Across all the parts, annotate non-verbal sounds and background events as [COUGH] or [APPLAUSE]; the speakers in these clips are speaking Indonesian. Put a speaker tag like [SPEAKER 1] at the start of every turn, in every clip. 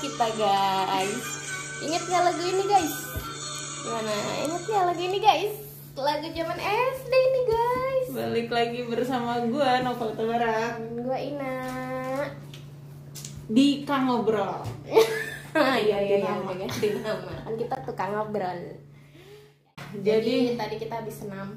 [SPEAKER 1] kita guys Ingat gak lagu ini guys? Gimana? Ingat gak lagu ini guys? Lagu zaman SD ini guys
[SPEAKER 2] Balik lagi bersama gue Novel Tabarak
[SPEAKER 1] Gue Ina
[SPEAKER 2] di Kang Ngobrol.
[SPEAKER 1] Iya iya iya
[SPEAKER 2] Nama.
[SPEAKER 1] udah ganti nama Kan kita tukang ngobrol
[SPEAKER 2] Jadi,
[SPEAKER 1] tadi kita habis senam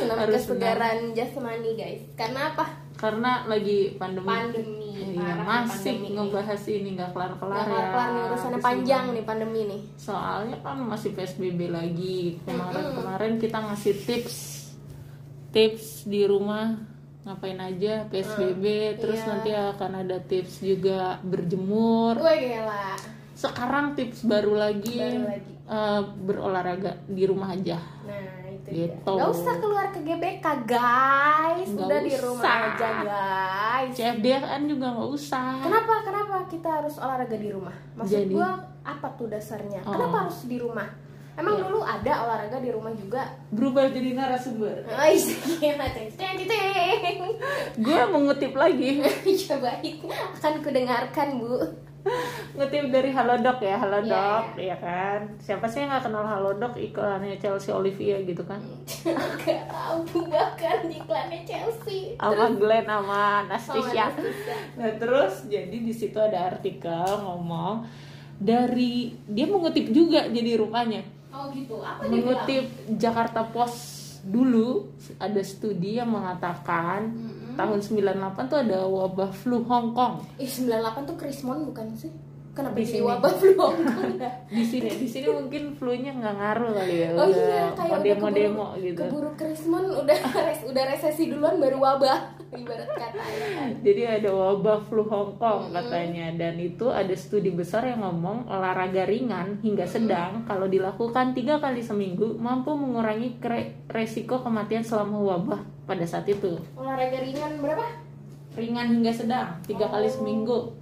[SPEAKER 1] Senam
[SPEAKER 2] Harus senam.
[SPEAKER 1] kesegaran jasmani guys Karena apa?
[SPEAKER 2] karena lagi pandemi.
[SPEAKER 1] Pandemi
[SPEAKER 2] Iya,
[SPEAKER 1] parah nih
[SPEAKER 2] masih
[SPEAKER 1] pandemi ini.
[SPEAKER 2] ngebahas ini nggak kelar-kelar
[SPEAKER 1] Nggak
[SPEAKER 2] ya.
[SPEAKER 1] kelar-kelar nih urusannya panjang nih pandemi nih
[SPEAKER 2] Soalnya kan masih PSBB lagi. Kemarin-kemarin kita ngasih tips tips di rumah ngapain aja
[SPEAKER 1] Mm,
[SPEAKER 2] PSBB terus
[SPEAKER 1] iya.
[SPEAKER 2] nanti akan ada tips juga berjemur.
[SPEAKER 1] Gue gila
[SPEAKER 2] Sekarang tips baru lagi,
[SPEAKER 1] Baru lagi.
[SPEAKER 2] eh, berolahraga di rumah aja.
[SPEAKER 1] Nah itu
[SPEAKER 2] Gitu.
[SPEAKER 1] dia Gak usah keluar ke GBK guys
[SPEAKER 2] Nggak
[SPEAKER 1] Udah di
[SPEAKER 2] usah.
[SPEAKER 1] rumah aja guys
[SPEAKER 2] CFDRan juga nggak usah.
[SPEAKER 1] Kenapa? Kenapa kita harus olahraga di rumah? Maksud
[SPEAKER 2] Jadi- Oh.
[SPEAKER 1] gue apa tuh dasarnya? Kenapa harus di rumah?
[SPEAKER 2] Iya.
[SPEAKER 1] Emang dulu ada olahraga di rumah juga?
[SPEAKER 2] Berubah jadi narasumber.
[SPEAKER 1] Ay,
[SPEAKER 2] iya.
[SPEAKER 1] [LAUGHS] gila, ceng, ceng, ceng.
[SPEAKER 2] Gue mengutip lagi, [LAUGHS]
[SPEAKER 1] Ya baik, akan kudengarkan bu
[SPEAKER 2] ngutip dari Halodoc ya, Halodoc,
[SPEAKER 1] Iya,
[SPEAKER 2] ya kan. Siapa sih yang nggak kenal Halodoc iklannya Chelsea Olivia gitu kan?
[SPEAKER 1] Gak tau bu bahkan iklannya Chelsea
[SPEAKER 2] Sama Glenn sama Anastasia.
[SPEAKER 1] Oh, Anastasia.
[SPEAKER 2] Nah terus jadi di situ ada artikel ngomong dari dia mengutip juga jadi rumahnya
[SPEAKER 1] Oh gitu, apa dia
[SPEAKER 2] mengutip Jakarta Post dulu ada studi yang mengatakan tahun 98 tuh ada wabah flu Hong Kong
[SPEAKER 1] bilang? Ih 98 tuh Krismon bukan sih? Kenapa
[SPEAKER 2] Di
[SPEAKER 1] jadi
[SPEAKER 2] sini.
[SPEAKER 1] wabah flu Hong Kong ya?
[SPEAKER 2] di sini di sini mungkin flu-nya nggak ngaruh kali ya
[SPEAKER 1] Oh iya,
[SPEAKER 2] udah
[SPEAKER 1] kayak
[SPEAKER 2] mau
[SPEAKER 1] udah
[SPEAKER 2] demo
[SPEAKER 1] keburu-
[SPEAKER 2] demo gitu
[SPEAKER 1] Keburu Krismon udah [LAUGHS] res- udah resesi duluan baru wabah [LAUGHS] ibarat kata ya.
[SPEAKER 2] jadi ada wabah flu Hong Kong katanya dan itu ada studi besar yang ngomong olahraga ringan hingga sedang kalau dilakukan tiga kali seminggu mampu mengurangi kre- resiko kematian selama wabah pada saat itu
[SPEAKER 1] Olahraga ringan berapa?
[SPEAKER 2] ringan hingga sedang tiga kali seminggu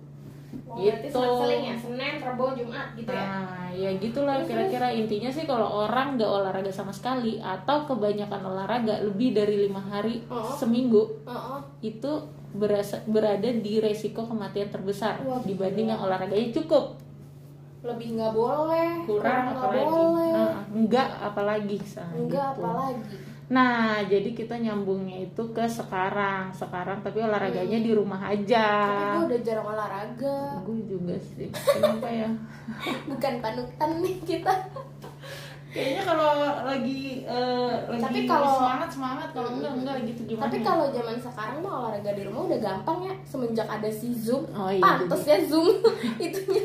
[SPEAKER 1] Oh, berarti
[SPEAKER 2] Gitu.
[SPEAKER 1] selang-seling ya, Senin, Rabu, Jumat gitu ya.
[SPEAKER 2] Nah, ya gitulah kira-kira intinya sih kalau orang nggak olahraga sama sekali atau kebanyakan olahraga lebih dari lima hari
[SPEAKER 1] Oh.
[SPEAKER 2] seminggu
[SPEAKER 1] Oh, oh.
[SPEAKER 2] itu berasa, berada di resiko kematian terbesar
[SPEAKER 1] Wah,
[SPEAKER 2] dibanding yang olahraganya cukup
[SPEAKER 1] lebih nggak boleh,
[SPEAKER 2] kurang
[SPEAKER 1] nggak
[SPEAKER 2] apalagi
[SPEAKER 1] boleh.
[SPEAKER 2] Nah, enggak apalagi Sa,
[SPEAKER 1] Enggak
[SPEAKER 2] gitu.
[SPEAKER 1] apalagi.
[SPEAKER 2] Nah, jadi kita nyambungnya itu ke sekarang. Sekarang tapi olahraganya
[SPEAKER 1] Hmm.
[SPEAKER 2] di rumah aja.
[SPEAKER 1] Tapi gue udah jarang olahraga. [LAUGHS]
[SPEAKER 2] Gue juga sih. Kenapa ya?
[SPEAKER 1] Bukan panutan nih kita.
[SPEAKER 2] Kayaknya kalau lagi eh, lagi
[SPEAKER 1] Tapi kalau- Hmm.
[SPEAKER 2] semangat semangat kalau enggak enggak gitu gimana?
[SPEAKER 1] Tapi kalau zaman sekarang mah olahraga di rumah udah gampang ya semenjak ada si Zoom.
[SPEAKER 2] Oh, iya,
[SPEAKER 1] Pantes ya Zoom [LAUGHS] itunya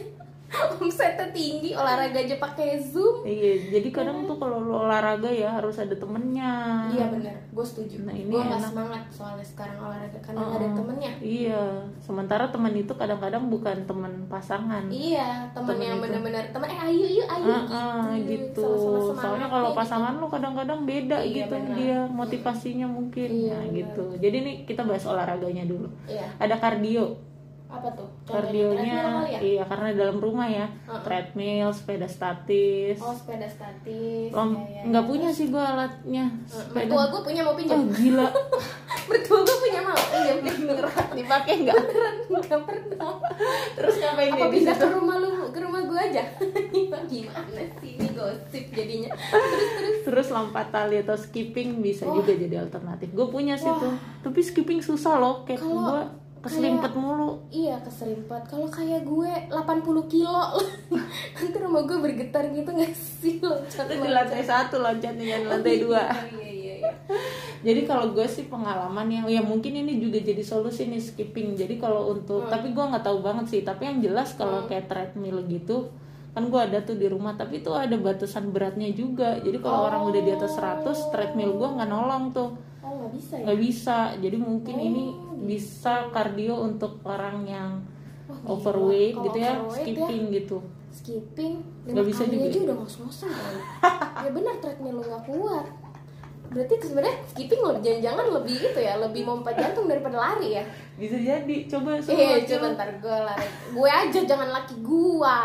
[SPEAKER 1] omsetnya tinggi olahraga aja pakai Zoom.
[SPEAKER 2] Iya, jadi kadang tuh kalau lu olahraga ya harus ada temennya.
[SPEAKER 1] Iya bener, gue setuju.
[SPEAKER 2] Nah, ini
[SPEAKER 1] gue gak
[SPEAKER 2] enak.
[SPEAKER 1] semangat soalnya sekarang olahraga
[SPEAKER 2] Oh,
[SPEAKER 1] karena nggak ada
[SPEAKER 2] oh.
[SPEAKER 1] temennya.
[SPEAKER 2] Iya, sementara teman itu kadang-kadang bukan teman pasangan.
[SPEAKER 1] Iya, temen,
[SPEAKER 2] Temen
[SPEAKER 1] yang
[SPEAKER 2] itu.
[SPEAKER 1] bener-bener temen. Eh ayo yuk ayo
[SPEAKER 2] Heeh, gitu.
[SPEAKER 1] Iya, Sama-sama semangat
[SPEAKER 2] Soalnya kalau
[SPEAKER 1] nih.
[SPEAKER 2] pasangan lu kadang-kadang beda
[SPEAKER 1] Iya,
[SPEAKER 2] gitu
[SPEAKER 1] benar.
[SPEAKER 2] dia motivasinya mungkin.
[SPEAKER 1] Iya,
[SPEAKER 2] nah,
[SPEAKER 1] benar.
[SPEAKER 2] gitu. Jadi nih kita bahas olahraganya dulu.
[SPEAKER 1] Iya,
[SPEAKER 2] Ada kardio.
[SPEAKER 1] apa tuh? Contohnya
[SPEAKER 2] Kardionya
[SPEAKER 1] treadmill kali ya?
[SPEAKER 2] iya karena dalam rumah ya.
[SPEAKER 1] Heeh.
[SPEAKER 2] Treadmill, sepeda statis.
[SPEAKER 1] Oh sepeda statis.
[SPEAKER 2] Lom-
[SPEAKER 1] iya, iya.
[SPEAKER 2] nggak punya sih gue alatnya
[SPEAKER 1] Mertua
[SPEAKER 2] sepeda
[SPEAKER 1] gue punya
[SPEAKER 2] oh
[SPEAKER 1] mau pinjam.
[SPEAKER 2] gila
[SPEAKER 1] [LAUGHS] Mertua gue punya mau pinjam beneran.
[SPEAKER 2] dipakai nggak
[SPEAKER 1] Beneran nggak pernah.
[SPEAKER 2] terus ngapain
[SPEAKER 1] Apa
[SPEAKER 2] dia di
[SPEAKER 1] pindah
[SPEAKER 2] situ?
[SPEAKER 1] ke rumah lu, ke rumah gue aja? [LAUGHS] Gimana sih ini gosip jadinya?
[SPEAKER 2] terus lompat tali atau skipping bisa
[SPEAKER 1] Wah.
[SPEAKER 2] juga jadi alternatif gue punya sih tuh tapi skipping susah loh kayak
[SPEAKER 1] Kalau
[SPEAKER 2] gue keselimpet mulu
[SPEAKER 1] Iya keserimpet. Kalau kayak gue 80 kilo, [LAUGHS] nanti rumah gue bergetar gitu nggak sih loncat
[SPEAKER 2] itu di lantai satu loncatnya jangan di lantai dua
[SPEAKER 1] Iya iya iya.
[SPEAKER 2] jadi kalau gue sih pengalaman ya ya mungkin ini juga jadi solusi nih skipping jadi kalau untuk tapi gue nggak tahu banget sih tapi yang jelas kalau kayak treadmill gitu kan gue ada tuh di rumah tapi tuh ada batasan beratnya juga jadi kalau orang udah di atas 100 treadmill gue nggak nolong tuh
[SPEAKER 1] Oh nggak bisa ya?
[SPEAKER 2] nggak bisa jadi mungkin ini bisa kardio untuk orang yang
[SPEAKER 1] Wah, gila.
[SPEAKER 2] overweight
[SPEAKER 1] Kalau
[SPEAKER 2] gitu ya
[SPEAKER 1] overweight ya.
[SPEAKER 2] skipping gitu
[SPEAKER 1] Skipping
[SPEAKER 2] Nggak
[SPEAKER 1] lima
[SPEAKER 2] bisa
[SPEAKER 1] kali
[SPEAKER 2] juga
[SPEAKER 1] aja
[SPEAKER 2] ya?
[SPEAKER 1] udah ngos-ngosan kali. ya benar treadmill lo nggak kuat. Berarti sebenarnya skipping lo jangan-jangan lebih gitu ya, lebih memompa jantung daripada lari ya.
[SPEAKER 2] bisa jadi coba semua
[SPEAKER 1] Iya, coba ntar gue lari. Gue aja jangan laki gua.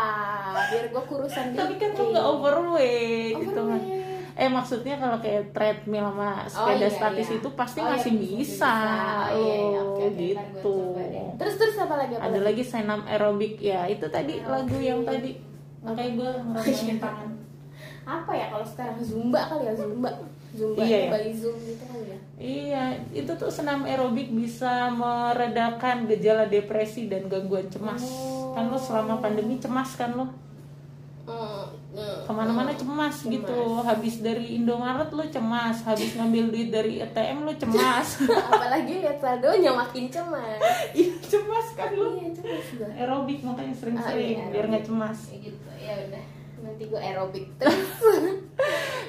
[SPEAKER 1] Biar gue kurusan
[SPEAKER 2] tapi kan
[SPEAKER 1] dikit.
[SPEAKER 2] lu nggak overweight gitu kan
[SPEAKER 1] Overweight.
[SPEAKER 2] eh maksudnya kalau kayak treadmill sama
[SPEAKER 1] Oh,
[SPEAKER 2] sepeda
[SPEAKER 1] iya,
[SPEAKER 2] statis
[SPEAKER 1] iya.
[SPEAKER 2] itu pasti
[SPEAKER 1] Oh, iya,
[SPEAKER 2] masih bisa,
[SPEAKER 1] Oh, iya, iya.
[SPEAKER 2] loh,
[SPEAKER 1] Oke, oke, ntar gua
[SPEAKER 2] gitu
[SPEAKER 1] coba deh. Terus terus apa lagi? Apa
[SPEAKER 2] ada lagi senam aerobik ya itu tadi lagu yang tadi makanya gue
[SPEAKER 1] [LAUGHS]
[SPEAKER 2] ngerasain tangan
[SPEAKER 1] Apa ya kalau sekarang Zumba kali ya Zumba. Zumba
[SPEAKER 2] Iya,
[SPEAKER 1] iya,
[SPEAKER 2] iya.
[SPEAKER 1] Bali Zoom gitu kali ya.
[SPEAKER 2] Iya, itu tuh senam aerobik bisa meredakan gejala depresi dan gangguan cemas. Kan lo
[SPEAKER 1] Oh.
[SPEAKER 2] selama pandemi cemas kan lo,
[SPEAKER 1] Hmm, hmm.
[SPEAKER 2] kemana-mana cemas, gitu. Habis dari Indomaret lo cemas, habis ngambil duit dari ATM lo cemas.
[SPEAKER 1] [LAUGHS] Apalagi lihat saldonya makin cemas.
[SPEAKER 2] [LAUGHS] Iya cemas kan lo.
[SPEAKER 1] Iya cemas gue.
[SPEAKER 2] Aerobik makanya
[SPEAKER 1] Ah,
[SPEAKER 2] sering-sering
[SPEAKER 1] iya,
[SPEAKER 2] biar
[SPEAKER 1] aerobik.
[SPEAKER 2] nggak cemas.
[SPEAKER 1] Ya gitu ya udah nanti gue [LAUGHS] aerobik terus.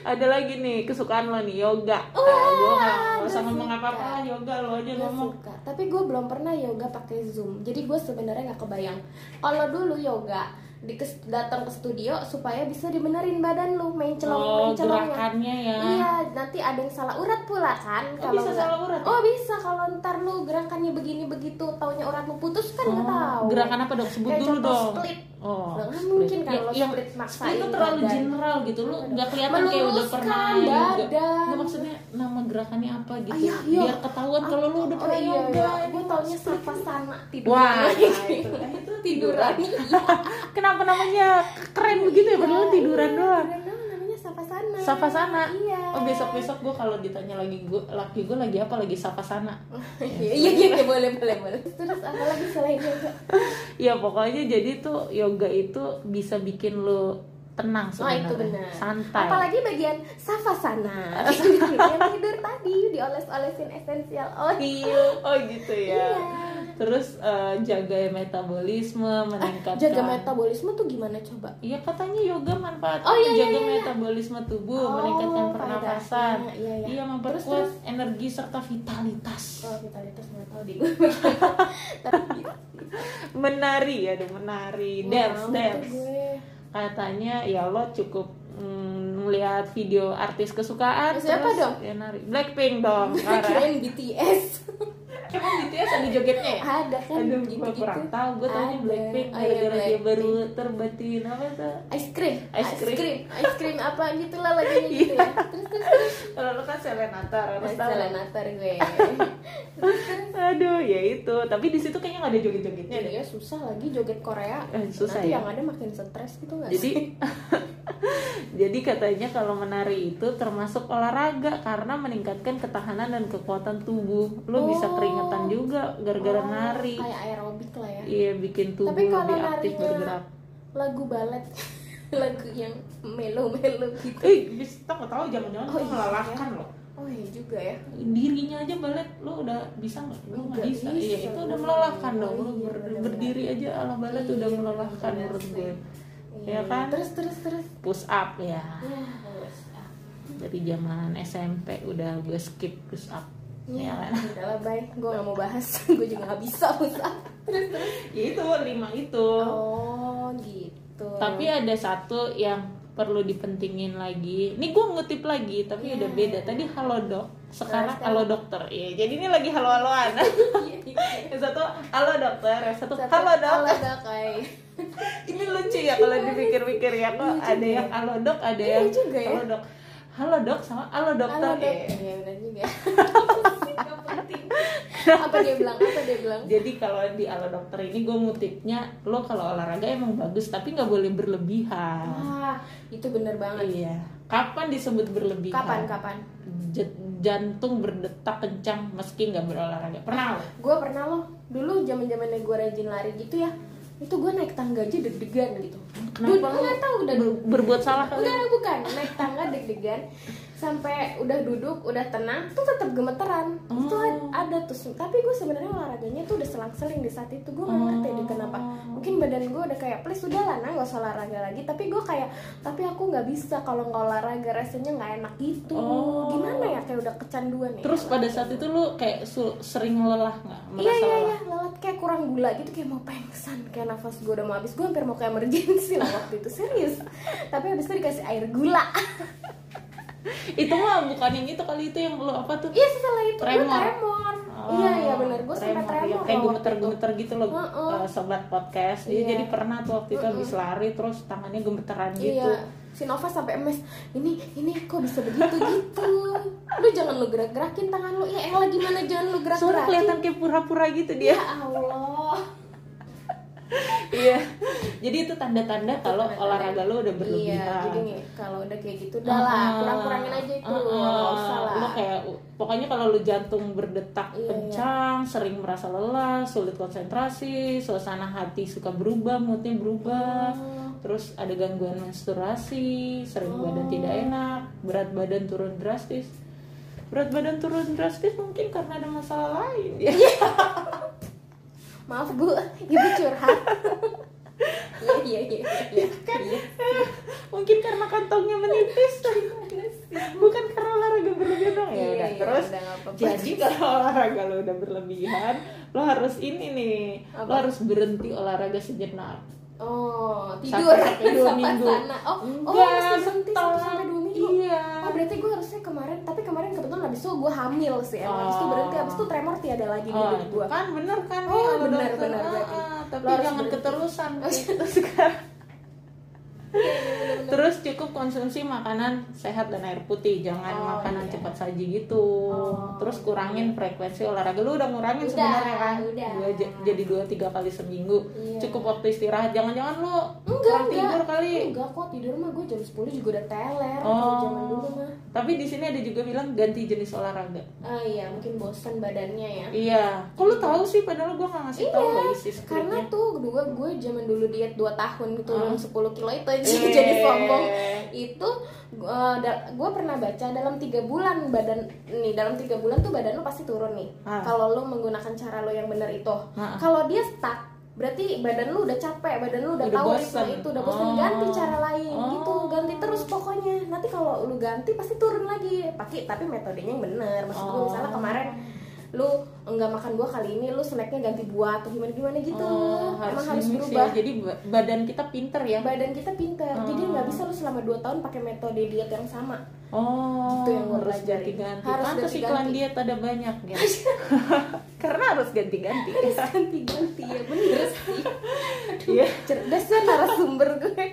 [SPEAKER 2] Ada lagi nih kesukaan lo nih yoga.
[SPEAKER 1] Oh,
[SPEAKER 2] Ah, gue nggak nggak usah ngomong apa-apa lah yoga lo aja
[SPEAKER 1] Gua
[SPEAKER 2] ngomong.
[SPEAKER 1] suka tapi gue belum pernah yoga pakai zoom jadi gue sebenarnya nggak kebayang kalau dulu yoga di kes- datang ke studio supaya bisa dibenerin badan lu main celong
[SPEAKER 2] Oh
[SPEAKER 1] main celongnya.
[SPEAKER 2] gerakannya ya.
[SPEAKER 1] iya nanti ada yang salah urat pula kan
[SPEAKER 2] Oh, bisa
[SPEAKER 1] nggak-
[SPEAKER 2] salah urat?
[SPEAKER 1] oh bisa kalau ntar lu gerakannya begini begitu taunya urat lu putus kan nggak tahu
[SPEAKER 2] Oh, gerakan apa dong? Sebut
[SPEAKER 1] Kayak
[SPEAKER 2] dulu
[SPEAKER 1] contoh
[SPEAKER 2] dong.
[SPEAKER 1] split.
[SPEAKER 2] Oh,
[SPEAKER 1] Nggak
[SPEAKER 2] split.
[SPEAKER 1] mungkin kan lo
[SPEAKER 2] yang
[SPEAKER 1] split maksain Kan,
[SPEAKER 2] split itu terlalu
[SPEAKER 1] badan.
[SPEAKER 2] general gitu. Lu nggak kelihatan kayak udah
[SPEAKER 1] Meluruskan
[SPEAKER 2] pernah yoga.
[SPEAKER 1] badan.
[SPEAKER 2] Nggak, maksudnya nama gerakannya apa gitu.
[SPEAKER 1] Ah, iya, iya.
[SPEAKER 2] Biar ketahuan kalau lu udah
[SPEAKER 1] oh
[SPEAKER 2] pernah
[SPEAKER 1] iya,
[SPEAKER 2] yoga.
[SPEAKER 1] iya. gue taunya sana tidur
[SPEAKER 2] Wah, itu. Eh, itu tiduran. [LAUGHS] Kenapa namanya keren begitu ya padahal tiduran doang.
[SPEAKER 1] Iya, Tiduran namanya sapasana
[SPEAKER 2] Sapa sana.
[SPEAKER 1] iya [LAUGHS]
[SPEAKER 2] Oh besok-besok gue kalau ditanya lagi gue laki gue lagi apa lagi sapa sana.
[SPEAKER 1] iya iya iya, iya boleh boleh boleh terus apa lagi selain yoga
[SPEAKER 2] Ya pokoknya jadi tuh yoga itu bisa bikin lu tenang
[SPEAKER 1] oh
[SPEAKER 2] sebenarnya.
[SPEAKER 1] itu benar
[SPEAKER 2] Santai.
[SPEAKER 1] apalagi bagian
[SPEAKER 2] [LAUGHS]
[SPEAKER 1] safasana yang tidur tadi dioles-olesin esensial oil
[SPEAKER 2] Oh gitu ya.
[SPEAKER 1] Iya.
[SPEAKER 2] Terus eh, jaga metabolisme, meningkatkan.
[SPEAKER 1] eh, Ah, jaga metabolisme tuh gimana coba
[SPEAKER 2] Iya katanya yoga manfaat
[SPEAKER 1] Oh, iya, iya,
[SPEAKER 2] jaga
[SPEAKER 1] iya, iya.
[SPEAKER 2] metabolisme tubuh,
[SPEAKER 1] Oh,
[SPEAKER 2] meningkatkan
[SPEAKER 1] pada
[SPEAKER 2] pernapasan,
[SPEAKER 1] dasarnya, iya, iya.
[SPEAKER 2] memperkuat
[SPEAKER 1] Terus,
[SPEAKER 2] energi serta vitalitas.
[SPEAKER 1] oh vitalitas nggak
[SPEAKER 2] [LAUGHS]
[SPEAKER 1] tahu deh gue tapi
[SPEAKER 2] Menari ya, ada menari, gitu. dance,
[SPEAKER 1] Wow,
[SPEAKER 2] dance.
[SPEAKER 1] itu gitu gue
[SPEAKER 2] Katanya ya lo cukup mm, melihat video artis kesukaan
[SPEAKER 1] Siapa
[SPEAKER 2] terus
[SPEAKER 1] dong?
[SPEAKER 2] ya nari. Blackpink
[SPEAKER 1] [LAUGHS]
[SPEAKER 2] dong sekarang.
[SPEAKER 1] keren
[SPEAKER 2] [LAUGHS]
[SPEAKER 1] BTS
[SPEAKER 2] Emang
[SPEAKER 1] gitu
[SPEAKER 2] BTS ada jogetnya ya?
[SPEAKER 1] ada kan
[SPEAKER 2] Aduh,
[SPEAKER 1] gitu
[SPEAKER 2] gue kurang
[SPEAKER 1] gitu
[SPEAKER 2] tahu. Gue tanya
[SPEAKER 1] Ada.
[SPEAKER 2] Blackpink
[SPEAKER 1] Oh, iya,
[SPEAKER 2] gara-gara dia
[SPEAKER 1] Blackpink.
[SPEAKER 2] baru terbatin apa tuh?
[SPEAKER 1] ice cream
[SPEAKER 2] Ice cream. Iya.
[SPEAKER 1] ice cream apa gitulah lagunya gitu
[SPEAKER 2] [LAUGHS]
[SPEAKER 1] ya terus terus terus
[SPEAKER 2] Kalau lu kan selenatar, harus tahu.
[SPEAKER 1] jalan natar gue
[SPEAKER 2] Aduh, ya itu. Tapi di situ kayaknya nggak ada joget-jogetnya deh.
[SPEAKER 1] Iya susah lagi joget Korea
[SPEAKER 2] Eh, susah
[SPEAKER 1] Nanti
[SPEAKER 2] ya?
[SPEAKER 1] yang ada makin stres gitu gak
[SPEAKER 2] Jadi [LAUGHS] Jadi katanya kalau menari itu termasuk olahraga karena meningkatkan ketahanan dan kekuatan tubuh. Lu bisa
[SPEAKER 1] Oh.
[SPEAKER 2] keringetan juga gara-gara nari.
[SPEAKER 1] Kayak aerobik lah ya
[SPEAKER 2] Iya, bikin tubuh
[SPEAKER 1] Tapi kalau
[SPEAKER 2] lebih aktif
[SPEAKER 1] narinya-
[SPEAKER 2] bergerak.
[SPEAKER 1] Lagu balet [LAUGHS] Lagu yang melo-melo gitu
[SPEAKER 2] Eh, bisa tahu jangan-jangan
[SPEAKER 1] Oh,
[SPEAKER 2] lu
[SPEAKER 1] iya.
[SPEAKER 2] melalahkan loh.
[SPEAKER 1] Oh iya juga ya
[SPEAKER 2] dirinya aja balet lo udah bisa nggak lo nggak
[SPEAKER 1] Nggak
[SPEAKER 2] bisa,
[SPEAKER 1] bisa.
[SPEAKER 2] Iya, itu udah melelahkan dong lo
[SPEAKER 1] Oh, iya,
[SPEAKER 2] ber-
[SPEAKER 1] benar-benar.
[SPEAKER 2] berdiri aja ala balet
[SPEAKER 1] Iya,
[SPEAKER 2] udah melelahkan
[SPEAKER 1] benar
[SPEAKER 2] menurut
[SPEAKER 1] sih.
[SPEAKER 2] gue
[SPEAKER 1] Iya.
[SPEAKER 2] Ya kan?
[SPEAKER 1] Terus terus terus
[SPEAKER 2] push up ya
[SPEAKER 1] Ya bagus. Ah,
[SPEAKER 2] dari zaman SMP udah gue skip push up
[SPEAKER 1] Iya.
[SPEAKER 2] ya kan [LAUGHS]
[SPEAKER 1] Udah lah bye Gue gak mau bahas [LAUGHS] Gue juga gak bisa usah Terus terus
[SPEAKER 2] Ya itu lima itu
[SPEAKER 1] Oh gitu
[SPEAKER 2] tapi ada satu yang perlu dipentingin lagi ini gue ngutip lagi tapi
[SPEAKER 1] Iya,
[SPEAKER 2] udah beda tadi halo dok sekarang
[SPEAKER 1] sekarang-
[SPEAKER 2] halo dokter ya jadi ini lagi halo
[SPEAKER 1] [LAUGHS]
[SPEAKER 2] haloan
[SPEAKER 1] Iya,
[SPEAKER 2] yang satu halo dokter yang satu,
[SPEAKER 1] Satu,
[SPEAKER 2] halo dok
[SPEAKER 1] Halo Iya, dok ay.
[SPEAKER 2] Ini lucu ya kalau dipikir-pikir ya kok ada yang halo dok, ada
[SPEAKER 1] Iya
[SPEAKER 2] yang
[SPEAKER 1] juga ya.
[SPEAKER 2] halo dok. Halo dok sama halo dokter.
[SPEAKER 1] Halo dok.
[SPEAKER 2] Iya.
[SPEAKER 1] Iya benar juga. Gak penting. [LAUGHS] Apa dia bilang? Apa dia bilang?
[SPEAKER 2] Iya. Jadi kalau di halo dokter ini gue mutipnya lo kalau olahraga emang bagus tapi nggak boleh berlebihan.
[SPEAKER 1] Ah, itu bener banget.
[SPEAKER 2] Iya. Kapan disebut berlebihan?
[SPEAKER 1] Kapan kapan?
[SPEAKER 2] J- jantung berdetak kencang meski nggak berolahraga. Pernah? nggak?
[SPEAKER 1] Gue pernah loh. Dulu zaman zamannya gue rajin lari gitu ya. Itu gue naik tangga aja deg-degan gitu. Dulu
[SPEAKER 2] Kenapa?
[SPEAKER 1] gue nggak tahu udah
[SPEAKER 2] Ber- berbuat salah kali.
[SPEAKER 1] Enggak, bukan. Naik tangga deg-degan sampai udah duduk, udah tenang, tuh tetap gemeteran. Itu
[SPEAKER 2] Oh.
[SPEAKER 1] ad- ada tuh. se- Tapi gue sebenarnya olahraganya tuh udah selang-seling di saat itu. Gue
[SPEAKER 2] Oh.
[SPEAKER 1] nggak ngerti deh kenapa. Mungkin badan gue udah kayak please udah lah, nah, nggak usah olahraga lagi. Tapi gue kayak tapi aku nggak bisa kalau nggak olahraga rasanya nggak enak gitu.
[SPEAKER 2] Oh.
[SPEAKER 1] Gimana ya kayak udah kecanduan ya.
[SPEAKER 2] Terus pada saat itu lo kayak su- sering lelah nggak?
[SPEAKER 1] Iya
[SPEAKER 2] Merasa
[SPEAKER 1] iya
[SPEAKER 2] lelah?
[SPEAKER 1] iya, lelet kayak kurang gula gitu kayak mau pengsan kayak nafas gue udah mau habis gue hampir [LAUGHS] mau kayak emergency lah waktu itu serius. Tapi habis itu dikasih air gula.
[SPEAKER 2] itu mah bukan yang itu kali itu yang lu apa tuh
[SPEAKER 1] Iya setelah itu gue
[SPEAKER 2] Tremor.
[SPEAKER 1] tremor.
[SPEAKER 2] Oh,
[SPEAKER 1] Iya iya benar gue sampai
[SPEAKER 2] ya.
[SPEAKER 1] tremor.
[SPEAKER 2] kayak
[SPEAKER 1] loh waktu itu.
[SPEAKER 2] gemeter-gemeter gitu loh
[SPEAKER 1] Heeh.
[SPEAKER 2] eh, sobat podcast dia
[SPEAKER 1] Iya.
[SPEAKER 2] jadi pernah tuh waktu itu habis lari terus tangannya gemeteran gitu
[SPEAKER 1] Iya. Si Nova sampai emes, ini ini kok bisa begitu gitu. Lu jangan lu gerak-gerakin tangan lu. Ya elah gimana jangan lu
[SPEAKER 2] soalnya
[SPEAKER 1] gerak-gerakin.
[SPEAKER 2] kelihatan kayak pura-pura gitu dia
[SPEAKER 1] Ya Allah.
[SPEAKER 2] iya jadi itu tanda-tanda kalau
[SPEAKER 1] Tanda-tanda.
[SPEAKER 2] olahraga lu udah berlebihan
[SPEAKER 1] Iya, jadi nih kalau udah kayak gitu udah lah,
[SPEAKER 2] Ah,
[SPEAKER 1] kurang-kurangin aja
[SPEAKER 2] ah,
[SPEAKER 1] itu. Oh, nggak
[SPEAKER 2] ah.
[SPEAKER 1] usah lah.
[SPEAKER 2] Lu kayak pokoknya kalau lu jantung berdetak
[SPEAKER 1] Iya,
[SPEAKER 2] kencang, sering merasa lelah, sulit konsentrasi, suasana hati suka berubah, moodnya berubah.
[SPEAKER 1] Oh.
[SPEAKER 2] Terus ada gangguan menstruasi, sering badan tidak enak, berat badan turun drastis. Berat badan turun drastis mungkin karena ada masalah lain. ya.
[SPEAKER 1] Iya. Maaf Bu, Ibu
[SPEAKER 2] [LAUGHS]
[SPEAKER 1] curhat. Iya, iya, iya, iya.
[SPEAKER 2] Kan,
[SPEAKER 1] iya.
[SPEAKER 2] [LAUGHS] mungkin karena kantongnya menipis. kan. Bukan karena olahraga berlebihan dong ya.
[SPEAKER 1] Iya,
[SPEAKER 2] udah.
[SPEAKER 1] iya,
[SPEAKER 2] Terus
[SPEAKER 1] udah nggak apa-apa.
[SPEAKER 2] jadi kalau olahraga lo udah berlebihan, lo harus ini nih, lo harus berhenti olahraga sejenak.
[SPEAKER 1] Oh, tidur
[SPEAKER 2] Sampai- sampai dua
[SPEAKER 1] [LAUGHS] Sampai
[SPEAKER 2] minggu.
[SPEAKER 1] sana. Oh, oh
[SPEAKER 2] Enggak,
[SPEAKER 1] harus berhenti satu
[SPEAKER 2] stop.
[SPEAKER 1] sampai dua minggu.
[SPEAKER 2] Iya.
[SPEAKER 1] Oh, berarti gue harusnya kemarin, tapi kemarin kebetulan habis itu gue hamil sih. Emang habis itu
[SPEAKER 2] Oh.
[SPEAKER 1] berhenti, habis itu tremor tiada lagi di
[SPEAKER 2] Oh,
[SPEAKER 1] hidup gue.
[SPEAKER 2] kan bener kan?
[SPEAKER 1] gitu. Oh,
[SPEAKER 2] ya,
[SPEAKER 1] bener,
[SPEAKER 2] dokter.
[SPEAKER 1] bener,
[SPEAKER 2] Ah,
[SPEAKER 1] berarti.
[SPEAKER 2] ah, tapi
[SPEAKER 1] Lo harus
[SPEAKER 2] jangan
[SPEAKER 1] berhenti. [LAUGHS] Iya,
[SPEAKER 2] keterusan gitu sekarang. Terus cukup konsumsi makanan sehat dan air putih, jangan
[SPEAKER 1] Oh,
[SPEAKER 2] makanan
[SPEAKER 1] iya. Oh.
[SPEAKER 2] cepat saji gitu. Terus kurangin frekuensi olahraga. Lu udah ngurangin
[SPEAKER 1] Udah,
[SPEAKER 2] sebenarnya kan?
[SPEAKER 1] udah.
[SPEAKER 2] Dua j- jadi dua tiga kali seminggu.
[SPEAKER 1] Iya.
[SPEAKER 2] Cukup waktu istirahat. Jangan-jangan lu
[SPEAKER 1] Enggak,
[SPEAKER 2] kurang
[SPEAKER 1] enggak.
[SPEAKER 2] tidur kali.
[SPEAKER 1] Enggak kok tidur mah gue jam 10 juga udah teler kalau
[SPEAKER 2] Oh.
[SPEAKER 1] zaman dulu mah.
[SPEAKER 2] Tapi di sini ada juga bilang ganti jenis olahraga.
[SPEAKER 1] Ah iya, mungkin bosan badannya ya.
[SPEAKER 2] Iya. Kok lu tahu sih padahal gua nggak ngasih tahu gak isi
[SPEAKER 1] Iya. Karena
[SPEAKER 2] skripnya.
[SPEAKER 1] tuh kedua gue zaman dulu diet 2 tahun
[SPEAKER 2] Ah.
[SPEAKER 1] turun 10 kilo itu aja
[SPEAKER 2] Eh.
[SPEAKER 1] [LAUGHS] jadi sombong.
[SPEAKER 2] iya.
[SPEAKER 1] Itu eh, da- gue pernah baca dalam tiga bulan badan nih dalam tiga bulan tuh badan lo pasti turun nih.
[SPEAKER 2] Ah.
[SPEAKER 1] Kalau lo menggunakan cara lo yang benar itu.
[SPEAKER 2] Ah.
[SPEAKER 1] Kalau dia stuck berarti badan lu udah capek, badan lu udah,
[SPEAKER 2] Udah
[SPEAKER 1] tahu
[SPEAKER 2] bosen.
[SPEAKER 1] ritme itu udah bosan
[SPEAKER 2] Oh.
[SPEAKER 1] ganti cara lain
[SPEAKER 2] Oh.
[SPEAKER 1] gitu, ganti terus pokoknya. Nanti kalau lu ganti pasti turun lagi. Pakai tapi metodenya yang benar. Maksud gue
[SPEAKER 2] Oh.
[SPEAKER 1] misalnya kemarin lu nggak makan buah kali ini lu snacknya ganti buah atau gimana gimana gitu
[SPEAKER 2] Oh,
[SPEAKER 1] emang
[SPEAKER 2] harus,
[SPEAKER 1] harus
[SPEAKER 2] di-mix ya.
[SPEAKER 1] berubah
[SPEAKER 2] Jadi ba- badan kita pinter ya.
[SPEAKER 1] badan kita pintar jadi nggak bisa lu selama 2 tahun pakai metode diet yang sama
[SPEAKER 2] Oh,
[SPEAKER 1] Itu yang gua
[SPEAKER 2] harus
[SPEAKER 1] pelajarin.
[SPEAKER 2] ganti-ganti.
[SPEAKER 1] Harus
[SPEAKER 2] Pantes
[SPEAKER 1] ganti-ganti.
[SPEAKER 2] iklan diet ada banyak ya.
[SPEAKER 1] [LAUGHS]
[SPEAKER 2] Karena harus ganti-ganti.
[SPEAKER 1] ganti ganti ya bener sih
[SPEAKER 2] Iya.
[SPEAKER 1] cerdas ya narasumber gue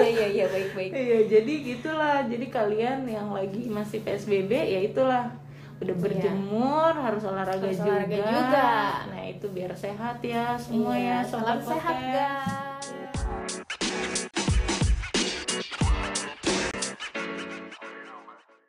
[SPEAKER 1] iya iya iya baik baik
[SPEAKER 2] Iya, jadi gitulah. Jadi kalian yang lagi masih PSBB ya itulah udah berjemur, harus olahraga
[SPEAKER 1] Iya. Harus
[SPEAKER 2] juga.
[SPEAKER 1] olahraga juga.
[SPEAKER 2] Nah, itu biar sehat ya semua ya.
[SPEAKER 1] Iya,
[SPEAKER 2] sobat
[SPEAKER 1] salam sehat
[SPEAKER 2] podcast.
[SPEAKER 1] guys